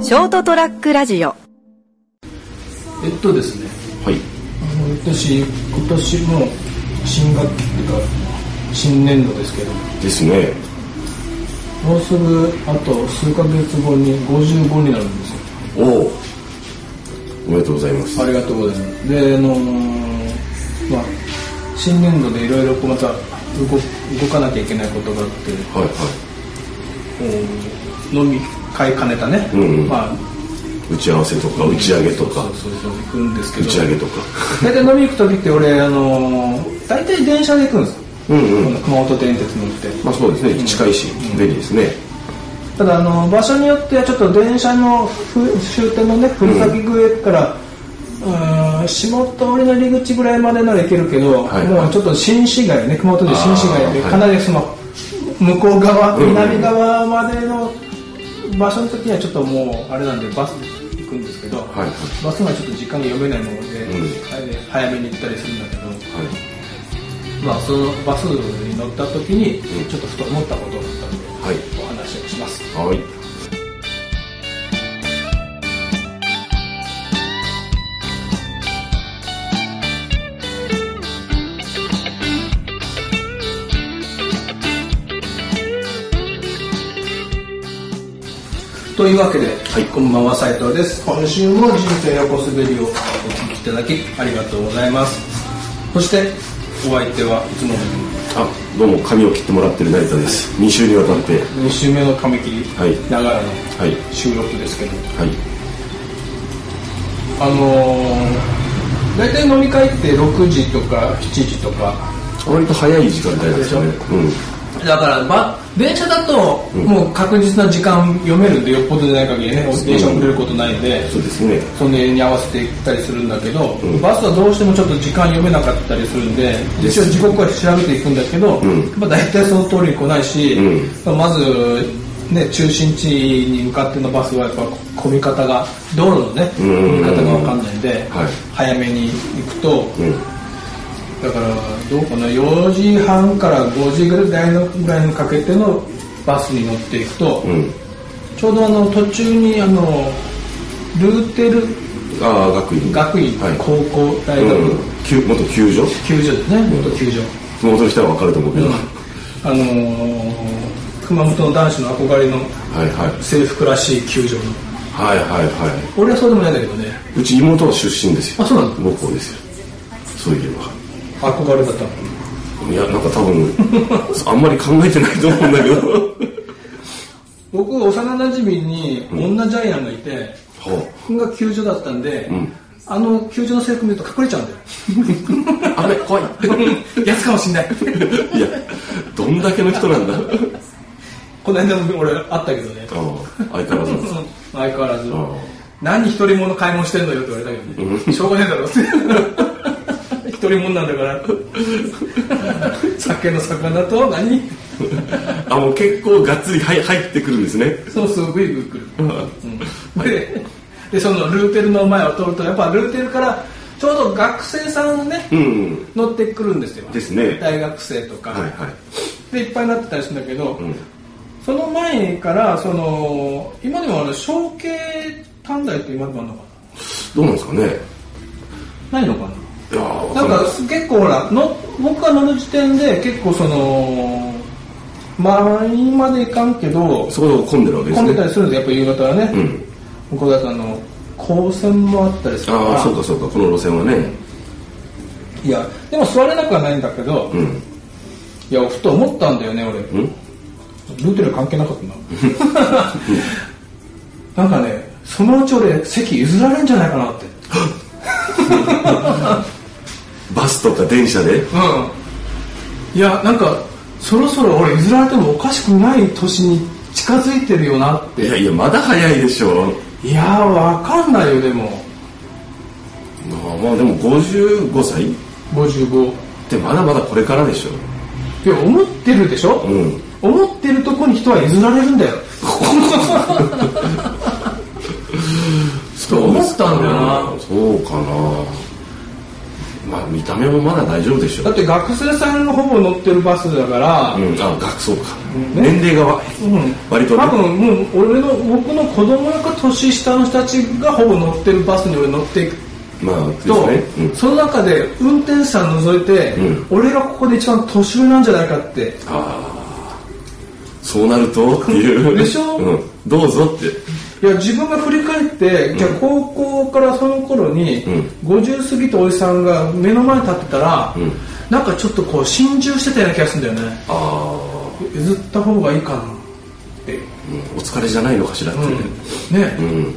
ショートトラックラジオえっとですね、はい。あの私、今年も新学期っていうか、新年度ですけど、ですね。もうすぐあと数ヶ月後に55になるんですよ。おお。おめでとうございます。ありがとうございます。で、あのーまあ、新年度でいろいろこうまた動動かなきゃいけないことがあって、はいはこう飲み会兼ねたね、うんうんまあ、い。打ち合わせとか打ち上げとかそうそうそう、行くんですけ打ど、ち上げとか。 大体飲み行く時って俺、あのー大体電車で行くんですよ。うんこうん。の熊本電鉄乗って。まあそうですね。近いし便利ですね。ただあの場所によってはちょっと電車のふ終点のね古崎具合から、うーん、下通りの入り口ぐらいまでなら行けるけど、はいもうちょっと新市街ね熊本で新市街であーかなりその向こう側、うん南側までの場所の時にはちょっともうあれなんでバスで行くんですけど、はいはいバスがちょっと時間が読めないもので、うん早めに行ったりするんだけど、はまあ、そのバスに乗った時にちょっとふと思ったことだったんで、はいお話をします。いはい。というわけで、いこんばんは斉藤です今週も人生横滑りをお聞きいただきありがとうございますそしてお相手はいつもあどうも髪を切ってもらってる成田です。2週にわたって。 2週目の髪切はいりながらのはい収録ですけど、はい。あのー、大体飲み会って6時とか7時とか割と早い時間帯ですよね。うん。だから、ま、電車だともう確実な時間読めるんでよっぽどじゃない限りね電車遅れることないんで、そうですね。その辺に合わせて行ったりするんだけど、んバスはどうしてもちょっと時間読めなかったりするんで一応時刻は調べていくんだけど、んまあ、大体その通りに来ないし、うまず、ね、中心地に向かってのバスはやっぱ混み方が道路のね混うんみ方が分かんないんで、はい早めに行くと、うん。だからどうかな4時半から5時ぐらいのぐらいにかけてのバスに乗っていくと、うん。ちょうどあの途中にあのルーテルああ学院。学院、はい。高校、大学、うん。球元球場。球場ですね、元球場。熊本の人はわかると思うけど。はあのー熊本の男子の憧れのいはい。制服らしい球場の。はいはいはい。俺はそうでもないんだけどね、うち妹は出身ですよあそうなの母校ですよそういえば憧れだったの。いやなんか多分 あんまり考えてないと思うんだけど僕、幼馴染に女ジャイアンがいて、は僕が球場だったんで、んあの球場の制服見ると隠れちゃうんだよ。 あ、あれ怖いやつかもしんない。 いやどんだけの人なんだこの間も俺あったけどね。ああ相変わらずなんです相変わらずああ。何独り者買い物してんのよって言われたけどね。しょうがねえだろ って。独り者なんだから。酒の魚と何あもう結構がっつり入入ってくるんですねそうそう、ぐいぐい来る。あで、でそのルーテルの前を通ると、やっぱルーテルからちょうど学生さんねう、ん乗ってくるんですよ。ですね大学生とか。はいはいで、いっぱいになってたりするんだけど、うんその前から、その、今でもあの、小径短大って今でもあるのかどうなんですかねなないのかないやーわなんんないか結構ほらの僕が乗る時点で結構その満員までいかんけどそこが混んでるわけです混んねでたりするんですよやっぱ夕方はね、うん向こうだとあの高専もあったりするからああそうかそうかこの路線はねいやでも座れなくはないんだけど、ういんやふと思ったんだよね俺うんルーテル関係なか ったななんかねそのうち俺席譲られんじゃないかなってバスとか電車でうんいやなんかそろそろ俺譲られてもおかしくない年に近づいてるよなっていやいやまだ早いでしょいやーわかんないよでもまあまあでも55歳55ってまだまだこれからでしょいや思ってるでしょ、うん思ってるとこに人は譲られるんだよ そう思ったんだよなそうかなまあ見た目もまだ大丈夫でしょだうって学生さんがほぼ乗ってるバスだから、うんあ学そうか、年齢がわうん割とね多分もう俺の僕の子供か年下の人たちがほぼ乗ってるバスに俺乗っていくまあですと、ね、うん、その中で運転手さん除いて、うん俺がここで一番年上なんじゃないかってそうなるとっていうでしょうん、どうぞっていや自分が振り返って、じゃあ高校からその頃に、50過ぎたおじさんが目の前に立ってたら、んなんかちょっとこう心中してたような気がするんだよねああ譲った方がいいかなって、お疲れじゃないのかしらって、ね、うん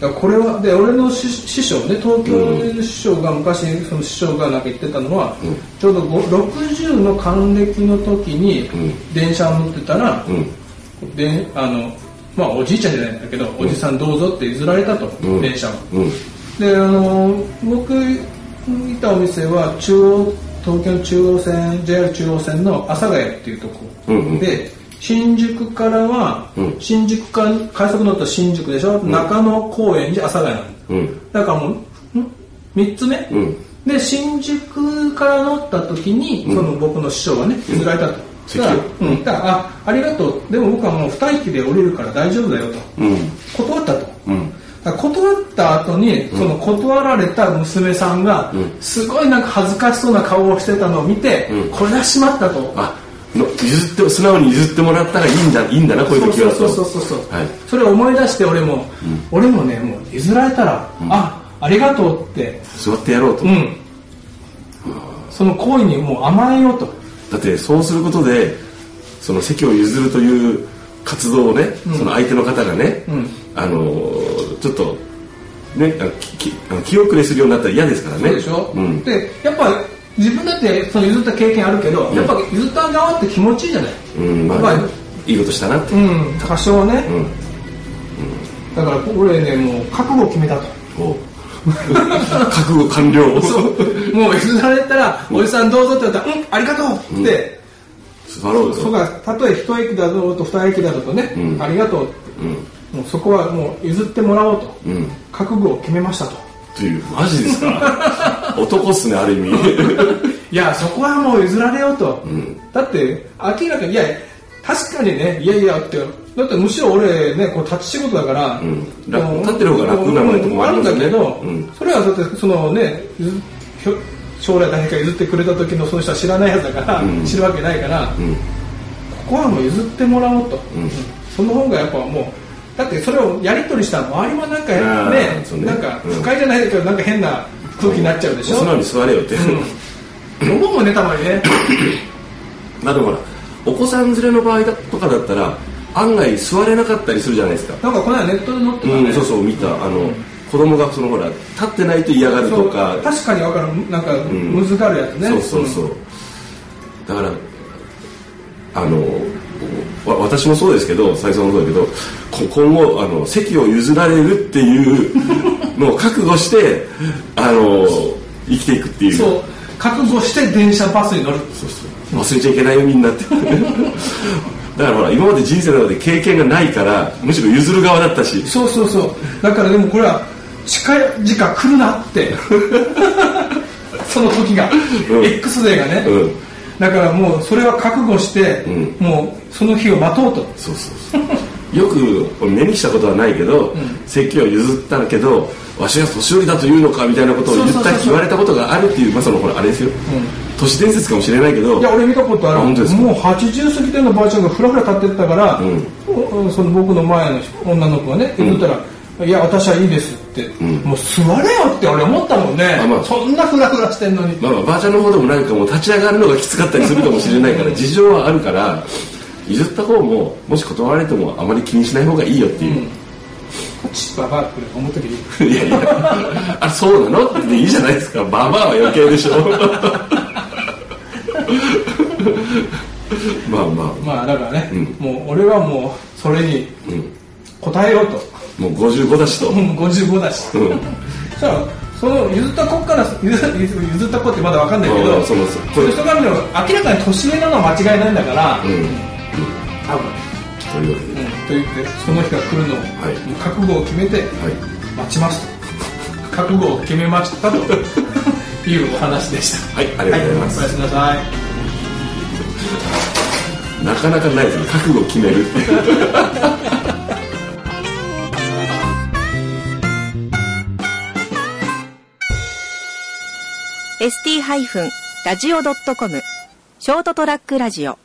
だからこれはで俺の師師匠ね東京の師匠が昔その師匠がなんか言ってたのは、ちょうどご60の還暦の時にん電車を乗ってたら、うんであのまあおじいちゃんじゃないんだけど、おじさんどうぞって譲られたと、うん電車をうんであの僕いたお店は中央東京の中央線 JR 中央線の阿佐ヶ谷っていうとこ、うんうんで新宿からは、うん新宿か快速乗ったら新宿でしょ、中野公園寺阿佐ヶ谷なんですうんだからもう3つ目、うんで新宿から乗った時に、その僕の師匠がね譲られたと、席だをからうん、だからあありがとうでも僕はもう二駅で降りるから大丈夫だよとうん断ったと、うんだから断った後にその断られた娘さんがすごいなんか恥ずかしそうな顔をしてたのを見て、うんこれはしまったとあの譲って素直に譲ってもらったらいいんだいいんだなこういう時はそうそうそうそうそう、はいそれを思い出して俺も、俺もねもう譲られたら、あありがとうって座ってやろうと、うんその行為にもう甘えようとだってそうすることでその席を譲るという活動をね、その相手の方がね、んあのーちょっとねあのききあの気遅れするようになったら嫌ですからねそうでしょ、うん、でやっぱ自分だってその譲った経験あるけど、やっぱ譲った側って気持ちいいじゃない、うんまあ、やっぱりいいことしたなって、うん多少ね、んだから俺ねもう覚悟を決めたとお 覚悟完了 そうもう譲られたら、おじさんどうぞって言ったら「うんありがとう」って、座ろうそとこがたとえ一駅だろうと二駅だろうとね、うんありがとうって、もうそこはもう譲ってもらおうと、うん覚悟を決めましたとというマジですか 男っすねある意味いやそこはもう譲られようと、だって明らかにいや確かにねいやいやってだってむしろ俺ねこう立ち仕事だから、んこう楽立ってる方が楽なのにとここうもああるりんますだよねけど、うんそれはだってそのねゆずひょ将来誰か譲ってくれた時のその人は知らないやつだから、ん知るわけないから、んここはもう譲ってもらおうと、んその方がやっぱもうだってそれをやり取りしたら周りもなんかあーねそうねなんかうん不快じゃないけどなんか変な空気になっちゃう でしょ、素直に座れよって、思うもんねたまにねまあでもほらお子さん連れの場合だとかだったら案外座れなかったりするじゃないですかなんかこの間ネットで載ってたね、うん、そうそう見たあの子供がそのほら立ってないと嫌がるそとうか確かに分かるなんかんむずがるやつね、そうそうそう、だからあのわ私もそうですけど最初もそうだけどこ今後あの席を譲られるっていうのを覚 悟してあの生きていくっていうそう覚悟して電車バスに乗るそうそう忘れちゃいけないよみんなって だからほら今まで人生の中で経験がないからむしろ譲る側だったしそうそうそうだからでもこれは近々来るなって その時が、うん X デーがね、うんだからもうそれは覚悟して、うもうその日を待とうとそうそうそうよく目にしたことはないけど、席を譲ったけどわしが年寄りだというのかみたいなことを言そうそっうたそうそう言われたことがあるっていうまあそのほらあれですよ、都市伝説かもしれないけどいや俺見たことあるあ本当ですかもう80過ぎてのばあちゃんがふらふら立ってったから、んおその僕の前の女の子がね言ったら、いや私はいいですって、もう座れよって俺思ったもんね、あまあそんなふらふらしてんのにまあまあばあちゃんの方でもなんかもう立ち上がるのがきつかったりするかもしれないから事情はあるから譲った方ももし断られてもあまり気にしない方がいいよっていう、ちババアって思ったけど いやいやあそうなのっていいじゃないですかババアは余計 でしょまあまあまあだからね、もう俺はもうそれに答えようと、 もう55だしと、もう55だし、うん そしたらその譲った子から譲譲譲った子ってまだわかんないけまあどまあそうそうそういう人から見ても明らかに年上なのは間違いないんだから、うん多分というわけで、うんと言ってその日が来るのを、はいもう覚悟を決めてはい、待ちますと覚悟を決めましたというお話でした。はいありがとうございます、はいおやすみなさい。なかなかないですね覚悟を決めるっていうー ST-radio.com ショートトラックラジオ